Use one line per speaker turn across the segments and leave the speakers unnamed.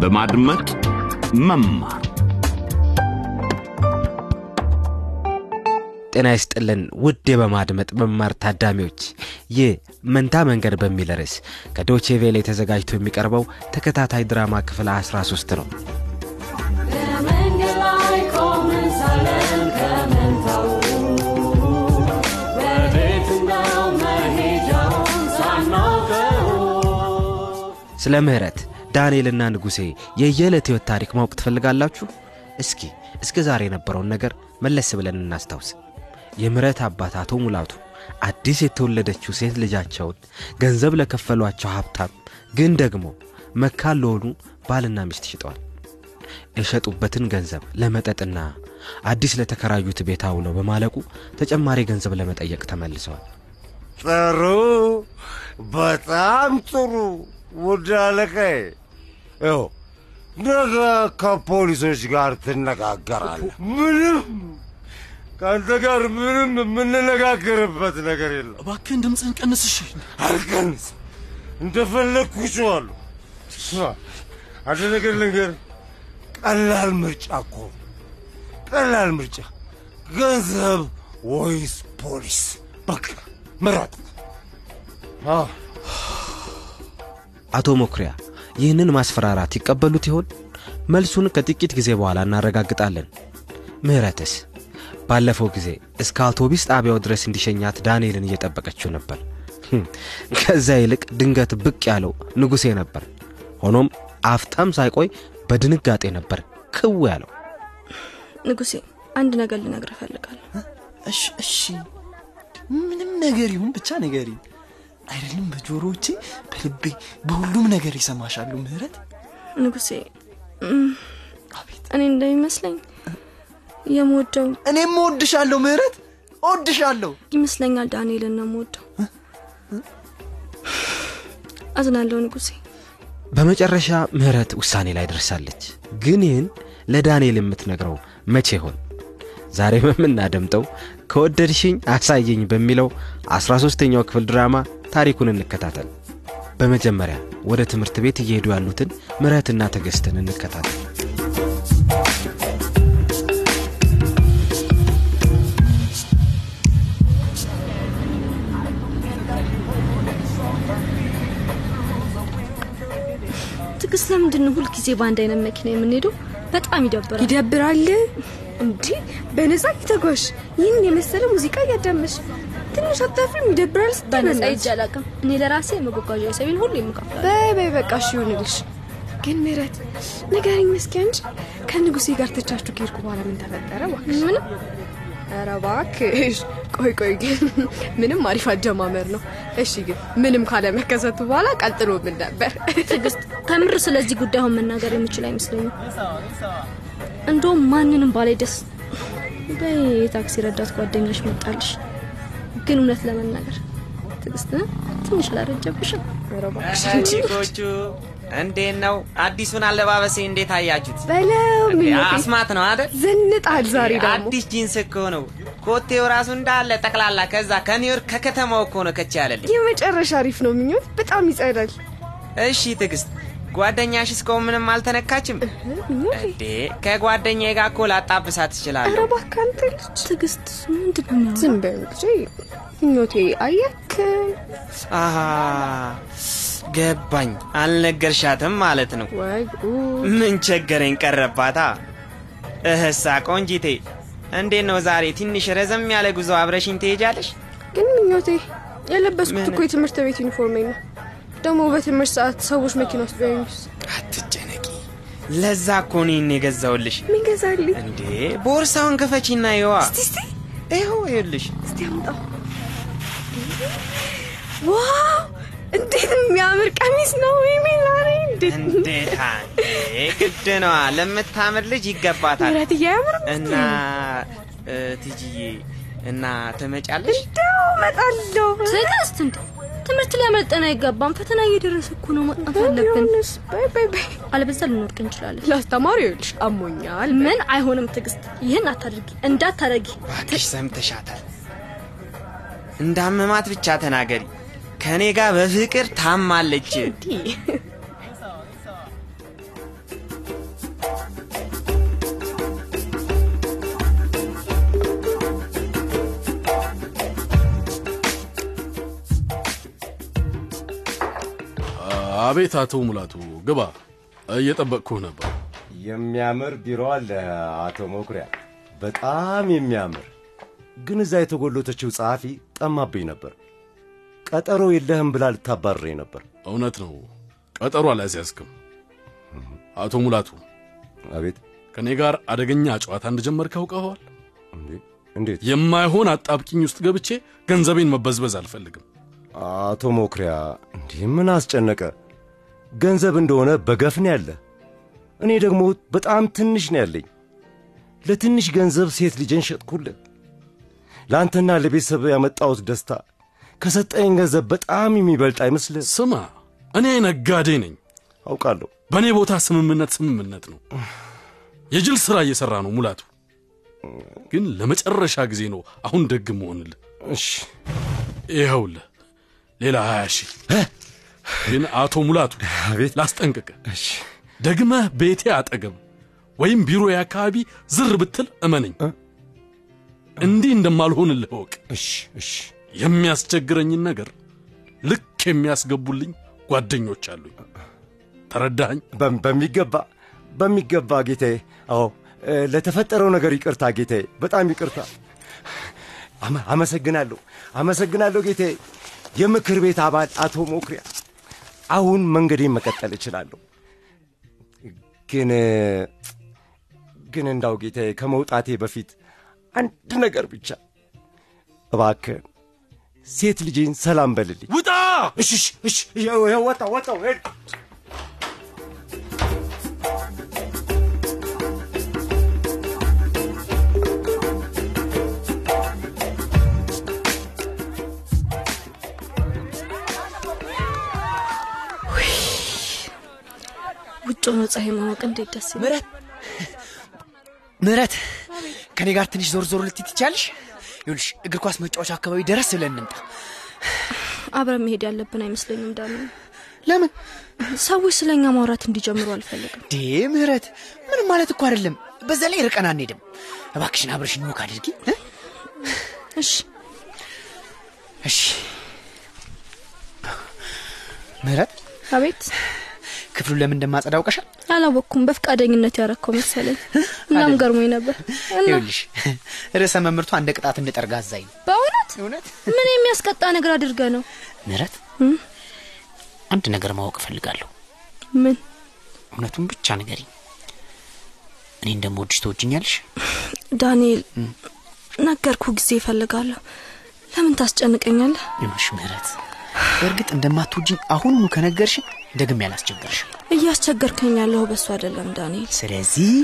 በማድመጥ መማር
ጤና ይስጥልን ውድ በማድመጥ መማር ታዳሚዎች፣ ይህ መንታ መንገድ በሚል ርዕስ ከዶቼ ቬለ ተዘጋጅቶ የሚቀርበው ተከታታይ ድራማ ክፍል 13 ነው።
በመንገድ ላይ ቆመን ሳለን ከምንተው ወዴት ነው መሄጃውን ሳናውቀው
ስለ ምህረት ዳንኤልና ንጉሴ የየዕለት ሕይወት ታሪክ ማወቅ ትፈልጋላችሁ? እስኪ እስከ ዛሬ የነበረውን ነገር መለስ ብለን እናስታውስ። የምህረት አባት አቶ ሙላቱ አዲስ የተወለደችው ሴት ልጃቸውን ገንዘብ ለከፈሏቸው ሀብታም ግን ደግሞ መካን ለሆኑ ባልና ሚስት ሽጠዋል። የሸጡበትን ገንዘብ ለመጠጥና አዲስ ለተከራዩት ቤት አውለው በማለቁ ተጨማሪ ገንዘብ ለመጠየቅ ተመልሰዋል።
ጥሩ፣ በጣም ጥሩ ውድ አለቃዬ። ይኸው ነገ ከፖሊሶች ጋር ትነጋገራለህ። ምንም ከአንተ ጋር ምንም የምንነጋገርበት ነገር የለም።
እባክህን ድምፅህን ቀንስ። እሺ
አልቀንስ፣ እንደፈለግኩ እችዋለሁ። ስማ፣ አንድ ነገር ልንገርህ፣ ቀላል ምርጫ እኮ ነው። ቀላል ምርጫ፣ ገንዘብ ወይስ ፖሊስ? በቃ ምረጥ። አዎ
አቶ መኩሪያ ይህንን ማስፈራራት ይቀበሉት ይሆን? መልሱን ከጥቂት ጊዜ በኋላ እናረጋግጣለን። ምህረትስ ባለፈው ጊዜ እስከ አውቶቢስ ጣቢያው ድረስ እንዲሸኛት ዳንኤልን እየጠበቀችው ነበር። ህም፣ ከዛ ይልቅ ድንገት ብቅ ያለው ንጉሴ ነበር። ሆኖም አፍታም ሳይቆይ በድንጋጤ ነበር ክው ያለው።
ንጉሴ አንድ ነገር ልነግርህ እፈልጋለሁ።
እሺ እሺ ምንም ነገር ይሁን ብቻ ነገሪ። አይደለም በጆሮዎቼ በልቤ በሁሉም ነገር ይሰማሻሉ ምህረት።
ንጉሴ እም፣
አቤት
እኔ እንደሚመስለኝ የምወደው
እኔም እወድሻለሁ ምህረት፣ እወድሻለሁ።
ይመስለኛል ዳንኤልን ነው የምወደው። አዝናለሁ ንጉሴ።
በመጨረሻ ምህረት ውሳኔ ላይ ደርሳለች። ግን ይህን ለዳንኤል የምትነግረው መቼ ይሆን? ዛሬ በምናደምጠው ከወደድሽኝ አሳየኝ በሚለው 13ተኛው ክፍል ድራማ ታሪኩን እንከታተል። በመጀመሪያ ወደ ትምህርት ቤት እየሄዱ ያሉትን ምህረትና ትዕግስትን እንከታተል።
ትዕግስት ለምንድን ነው ሁልጊዜ በአንድ አይነት መኪና የምንሄደው? በጣም ይደብራል።
ይደብራል እንዴ? በነጻ እየተጓዝሽ ይህን የመሰለ ሙዚቃ እያዳመሽ ትንሽ አታፍሪም? ይደብራል
በነጻ ሂጄ
ስትነጻ
አላውቅም። እኔ ለራሴ መጓጓዣ ሰቤን ሁሉ የምከፍላል።
በይ በይ በቃሽ ይሆንልሽ። ግን ምህረት ንገሪኝ እስኪ አንቺ ከንጉሴ ጋር ተቻችሁ ከሄድኩ በኋላ ምን ተፈጠረ? እባክሽ
ምንም
ኧረ እባክሽ ቆይ ቆይ ግን ምንም አሪፍ አጀማመር ነው። እሺ ግን ምንም ካለመከሰቱ በኋላ ቀጥሎ ምን ነበር?
ትዕግስት፣ ከምር ስለዚህ ጉዳይ አሁን መናገር የምችል አይመስለኝም። እንደውም ማንንም ባላይ ደስ በይ የታክሲ ረዳት ጓደኛሽ መጣልሽ። ግን እውነት ለመናገር ትዕግስት እ? ትንሽ አላረጀብሽም?
ኧረ እባክሽ እንጂ
ሸኒኮቹ እንዴት ነው? አዲሱን አለባበሴ እንዴት አያችሁት?
በለው ምኞቴ
አስማት ነው አይደል?
ዝንጣል ዛሬ ደግሞ
አዲስ ጂንስ እኮ ነው። ኮቴው ራሱ እንዳለ ጠቅላላ ከዛ ከኒውዮርክ ከከተማው እኮ ነው ከች ያለልኝ።
የመጨረሻ አሪፍ ነው ምኞት በጣም ይጸዳል
እሺ ትዕግስት፣ ጓደኛሽ እስካሁን ምንም አልተነካችም
ምኞት
እንዴ? ከጓደኛዬ ጋር እኮ ላጣብሳት
ኧረ
ትችላለሁ።
እባክህ አንተ ልጅ
ትዕግስት ምንድን ነው የሚያወራው?
ዝም በይው ልጄ ምኞቴ አየክ
አሃ ገባኝ። አልነገርሻትም ማለት ነው።
ወይ ጉድ
ምን ቸገረኝ ቀረባታ። እህሳ ቆንጂቴ፣ እንዴት ነው ዛሬ ትንሽ ረዘም ያለ ጉዞ አብረሽኝ ትሄጃለሽ?
ግን ምኞቴ የለበስኩት
ምን?
እኮ የትምህርት ቤት ዩኒፎርሜ ነው ደግሞ በትምህርት ሰዓት ሰዎች መኪና ውስጥ ቢያዩኝስ
አትጨነቂ፣ ለዛ እኮ እኔን የገዛውልሽ።
ምን ገዛልኝ
እንዴ ቦርሳውን ክፈቺና ይዋ
እስቲ
ይኸው ይልሽ።
እስቲ አምጣው ዋው እንዴት የሚያምር ቀሚስ ነው ሚላሬ እንዴት
እንዴታ እንዴ ግድ ነዋ፣ ለምታምር ልጅ ይገባታል።
ምረት እያያምር
እና እ፣ ትጂዬ እና ትመጫለሽ?
እንደው እመጣለሁ
ትዕግስት እንዴ ትምህርት ላይ መጠን አይገባም። ፈተና እየደረሰ እኮ ነው፣ ማጥናት አለብን።
ዮሐንስ በይ በይ በይ
አለበዛ ልንወድቅ እንችላለን።
ለአስተማሪ ይልሽ አሞኛል
ምን አይሆንም። ትዕግስት ይህን አታደርጊ፣ እንዳታደርጊ።
እባክሽ ሰምተሻታል። እንዳመማት ብቻ ተናገሪ። ከእኔ ጋር በፍቅር ታማለች።
እንዲህ
አቤት አቶ ሙላቱ ግባ፣ እየጠበቅኩህ ነበር።
የሚያምር ቢሮ አለ አቶ መኩሪያ፣ በጣም የሚያምር ግን እዛ የተጎለተችው ጸሐፊ ጠማብኝ ነበር። ቀጠሮ የለህም ብላ ልታባርረኝ ነበር።
እውነት ነው፣ ቀጠሮ አላስያዝክም። አቶ ሙላቱ።
አቤት።
ከእኔ ጋር አደገኛ ጨዋታ እንደጀመርክ አውቀኸዋል።
እንዴት?
የማይሆን አጣብቂኝ ውስጥ ገብቼ ገንዘቤን መበዝበዝ አልፈልግም።
አቶ መኩሪያ እንዲህ ምን አስጨነቀ? ገንዘብ እንደሆነ በገፍ ነው ያለ። እኔ ደግሞ በጣም ትንሽ ነው ያለኝ። ለትንሽ ገንዘብ ሴት ልጄን ሸጥኩልህ። ለአንተና ለቤተሰብ ያመጣሁት ደስታ ከሰጠኝ ገንዘብ በጣም የሚበልጥ አይመስልህ?
ስማ፣ እኔ ነጋዴ ነኝ።
አውቃለሁ።
በእኔ ቦታ ስምምነት ስምምነት ነው። የጅል ሥራ እየሠራ ነው ሙላቱ። ግን ለመጨረሻ ጊዜ ነው አሁን ደግ መሆንልህ።
እሺ፣
ይኸውልህ ሌላ ሀያ ሺህ ግን አቶ ሙላቱ ላስጠንቅቅ ደግመህ ቤቴ አጠገብ ወይም ቢሮ አካባቢ ዝር ብትል እመነኝ እንዲህ እንደማልሆንልህ እወቅ የሚያስቸግረኝን ነገር ልክ የሚያስገቡልኝ ጓደኞች አሉኝ ተረዳኸኝ
በሚገባ በሚገባ ጌታዬ አዎ ለተፈጠረው ነገር ይቅርታ ጌታዬ በጣም ይቅርታ አመ- አመሰግናለሁ አመሰግናለሁ ጌታዬ የምክር ቤት አባል አቶ ሞክሪያ አሁን መንገዴን መቀጠል እችላለሁ። ግን ግን እንዳው ጌታዬ ከመውጣቴ በፊት አንድ ነገር ብቻ እባክህን ሴት ልጄን ሰላም በልልኝ።
ውጣ!
እሺ፣ እሺ፣ እሺ፣ ይኸው፣ ይኸው፣ ወጣሁ፣ ወጣሁ። ሄድኩ።
ውጭ ሆኖ ፀሐይ ማወቅ እንዴት ደስ ይላል።
ምረት ምረት ከኔ ጋር ትንሽ ዞር ዞር ልትይ ትችያለሽ? ይኸውልሽ እግር ኳስ መጫወቻ አካባቢ ደረስ ብለን እንምጣ።
አብረን መሄድ ያለብን አይመስለኝም። እንዳለ
ለምን
ሰዎች ስለኛ ማውራት እንዲጀምሩ አልፈልግም።
ዴ ምህረት፣ ምንም ማለት እኮ አይደለም። በዛ ላይ ርቀን አንሄድም። እባክሽን አብረሽኝ ወክ አድርጊ። እ?
እሺ
እሺ። ምህረት፣
አቤት
ክፍሉን ለምን እንደማጸዳ አውቀሻል?
አላወቅኩም። በፍቃደኝነት ያረከው መሰለኝ። እናም ገርሞኝ ነበር እና
ይኸውልሽ ርዕሰ መምህርቱ አንድ ቅጣት እንድጠርግ አዛኝ ነው።
በእውነት
እውነት
ምን የሚያስቀጣ ነገር አድርገ ነው?
ምህረት፣
እም?
አንድ ነገር ማወቅ እፈልጋለሁ።
ምን
እውነቱን ብቻ ንገሪኝ። እኔ እንደምወድሽ ትወጅኛለሽ?
ዳንኤል፣ ነገርኩ ጊዜ ይፈልጋለሁ። ለምን ታስጨንቀኛለህ?
ይኸውልሽ ምህረት፣ በእርግጥ እንደማትወጅኝ አሁኑኑ ከነገርሽኝ ደግሜ አላስቸገርሽም።
እያስቸገርከኝ ያለሁ በሱ አይደለም ዳንኤል።
ስለዚህ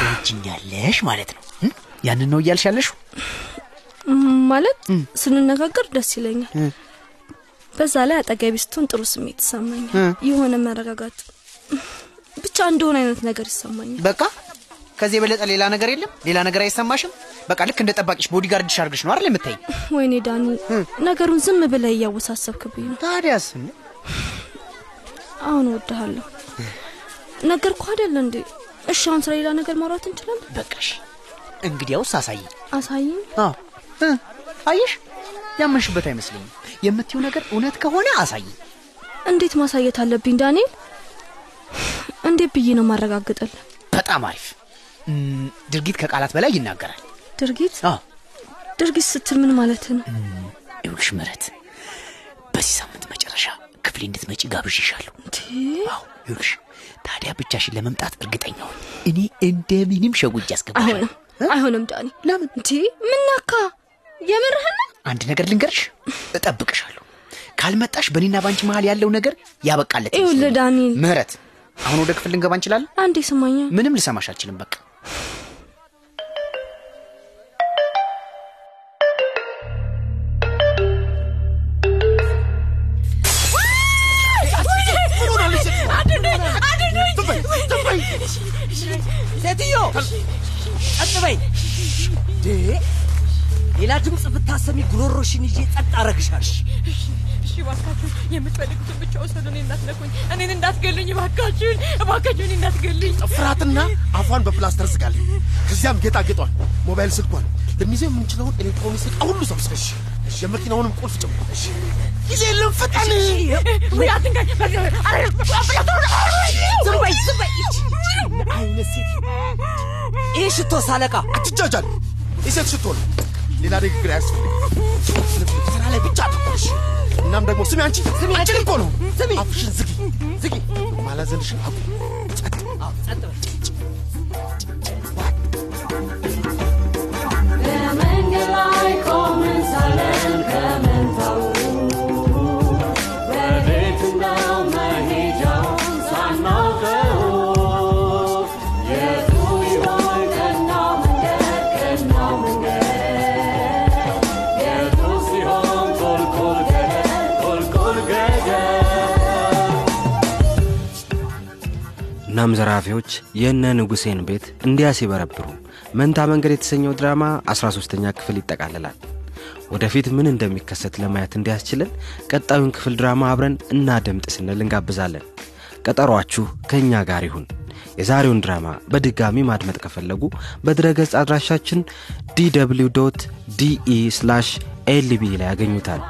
ትወጅኛለሽ ማለት ነው። እም? ያንን ነው እያልሽ ያለሽው?
እም፣ ማለት ስንነጋገር ደስ ይለኛል። በዛ ላይ አጠገቢ ስትሆን ጥሩ ስሜት ይሰማኛል። የሆነ መረጋጋት ብቻ እንደሆነ አይነት ነገር ይሰማኛል።
በቃ ከዚህ የበለጠ ሌላ ነገር የለም? ሌላ ነገር አይሰማሽም? በቃ ልክ እንደ ጠባቂሽ ቦዲጋርድሽ አድርገሽ ነው አይደል የምታይ?
ወይኔ ዳንኤል፣ ነገሩን ዝም ብለህ እያወሳሰብክብኝ ነው።
ታዲያስ
አሁን እወድሃለሁ። ነገርኩህ አይደል እንዴ? እሺ፣ አሁን ስለ ሌላ ነገር ማውራት እንችላለን።
በቃሽ። እንግዲያውስ አሳይኝ።
አሳይኝ።
አዎ እ፣ አየሽ፣ ያመንሽበት አይመስለኝም። የምትይው ነገር እውነት ከሆነ አሳይኝ።
እንዴት ማሳየት አለብኝ ዳንኤል? እንዴት ብዬ ነው ማረጋግጠል?
በጣም አሪፍ እም፣ ድርጊት ከቃላት በላይ ይናገራል።
ድርጊት
አዎ
ድርጊት ስትል ምን ማለት ነው?
ይኸውልሽ ምህረት፣ በዚህ ሳምንት መጨረሻ ክፍሌ እንድትመጪ ጋብዤሻለሁ። አዎ ይኸውልሽ፣ ታዲያ ብቻሽን ለመምጣት እርግጠኛ ሁኝ። እኔ እንደምንም ሸጉጅ
አይሆንም፣
ያስገባሻለሁ።
አይሆንም ዳኒ። ለምን እንዴ? ምናካ የምርህን ነው?
አንድ ነገር ልንገርሽ፣ እጠብቅሻለሁ። ካልመጣሽ በእኔና ባንቺ መሀል ያለው ነገር ያበቃለት
ይኸውልህ
ይመስለኛል።
ዳንኤል፣
ምህረት፣ አሁን ወደ ክፍል ልንገባ እንችላለን?
አንዴ ስማኛ።
ምንም ልሰማሽ አልችልም። በቃ
ሴትዮ ጸጥ በይ! እንዴ! ሌላ ድምፅ ብታሰሚ ጉሮሮሽን ይዤ ጸጥ አረግሻለሁ።
እሺ እባካችሁ የምትፈልጉትን ብቻ ውሰዱ፣ እኔን እንዳትነኩኝ፣ እኔን እንዳትገልኝ፣ እባካችሁን፣ እባካችሁን እኔን እንዳትገልኝ።
ጥፍራትና አፏን በፕላስተር ስጋለኝ። ከዚያም ጌጣጌጧን፣ ሞባይል ስልኳን፣ ልንይዘው የምንችለውን ኤሌክትሮኒክስ ዕቃ ሁሉ ሰብስበሽ እሺ፣ የመኪናውንም ቁልፍ ጭምር። እሺ፣ ጊዜ የለም፣ ፈጠን። ወይ አትንካኝ!
ዝም በይ ዝም በይ አይነት ሴት ይህ ሽቶ ሳለቃ
አትጃጃል። የሴት ሽቶ ነው። ሌላ ንግግር አያስፈልግም። ልብ ልብ ስራ ላይ ብቻ አትኩር። እሺ? እናም ደግሞ ስሚ አንቺ ስሚ አንቺ እኮ ነው ስሚ አፍሽን ዝጊ ዝጊ ማላዘንሽን አቁ ጸጥ አዎ፣ ጸጥ በይ
በመንገድ ላይ ቆመን ሳለን ከመንታው ወዴት ነው መሄጃውን ሳናውቀው የቱ ይሆን ቀናው መንገድ ቀናው መንገድ የቱ ሲሆን ቁልቁል ገደል ቁልቁል ገደል
እናም ዘራፊዎች የእነ ንጉሴን ቤት እንዲያ ሲበረብሩ መንታ መንገድ የተሰኘው ድራማ 13ኛ ክፍል ይጠቃልላል። ወደፊት ምን እንደሚከሰት ለማየት እንዲያስችልን ቀጣዩን ክፍል ድራማ አብረን እናድምጥ ስንል እንጋብዛለን። ቀጠሯችሁ ከእኛ ጋር ይሁን። የዛሬውን ድራማ በድጋሚ ማድመጥ ከፈለጉ በድረገጽ አድራሻችን ዲw ዲኢ ኤልቢ ላይ ያገኙታል።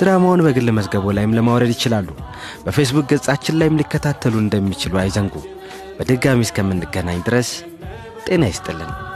ድራማውን በግል መዝገቦ ላይም ለማውረድ ይችላሉ። በፌስቡክ ገጻችን ላይም ሊከታተሉ እንደሚችሉ አይዘንጉ። በድጋሚ እስከምንገናኝ ድረስ ጤና ይስጥልን።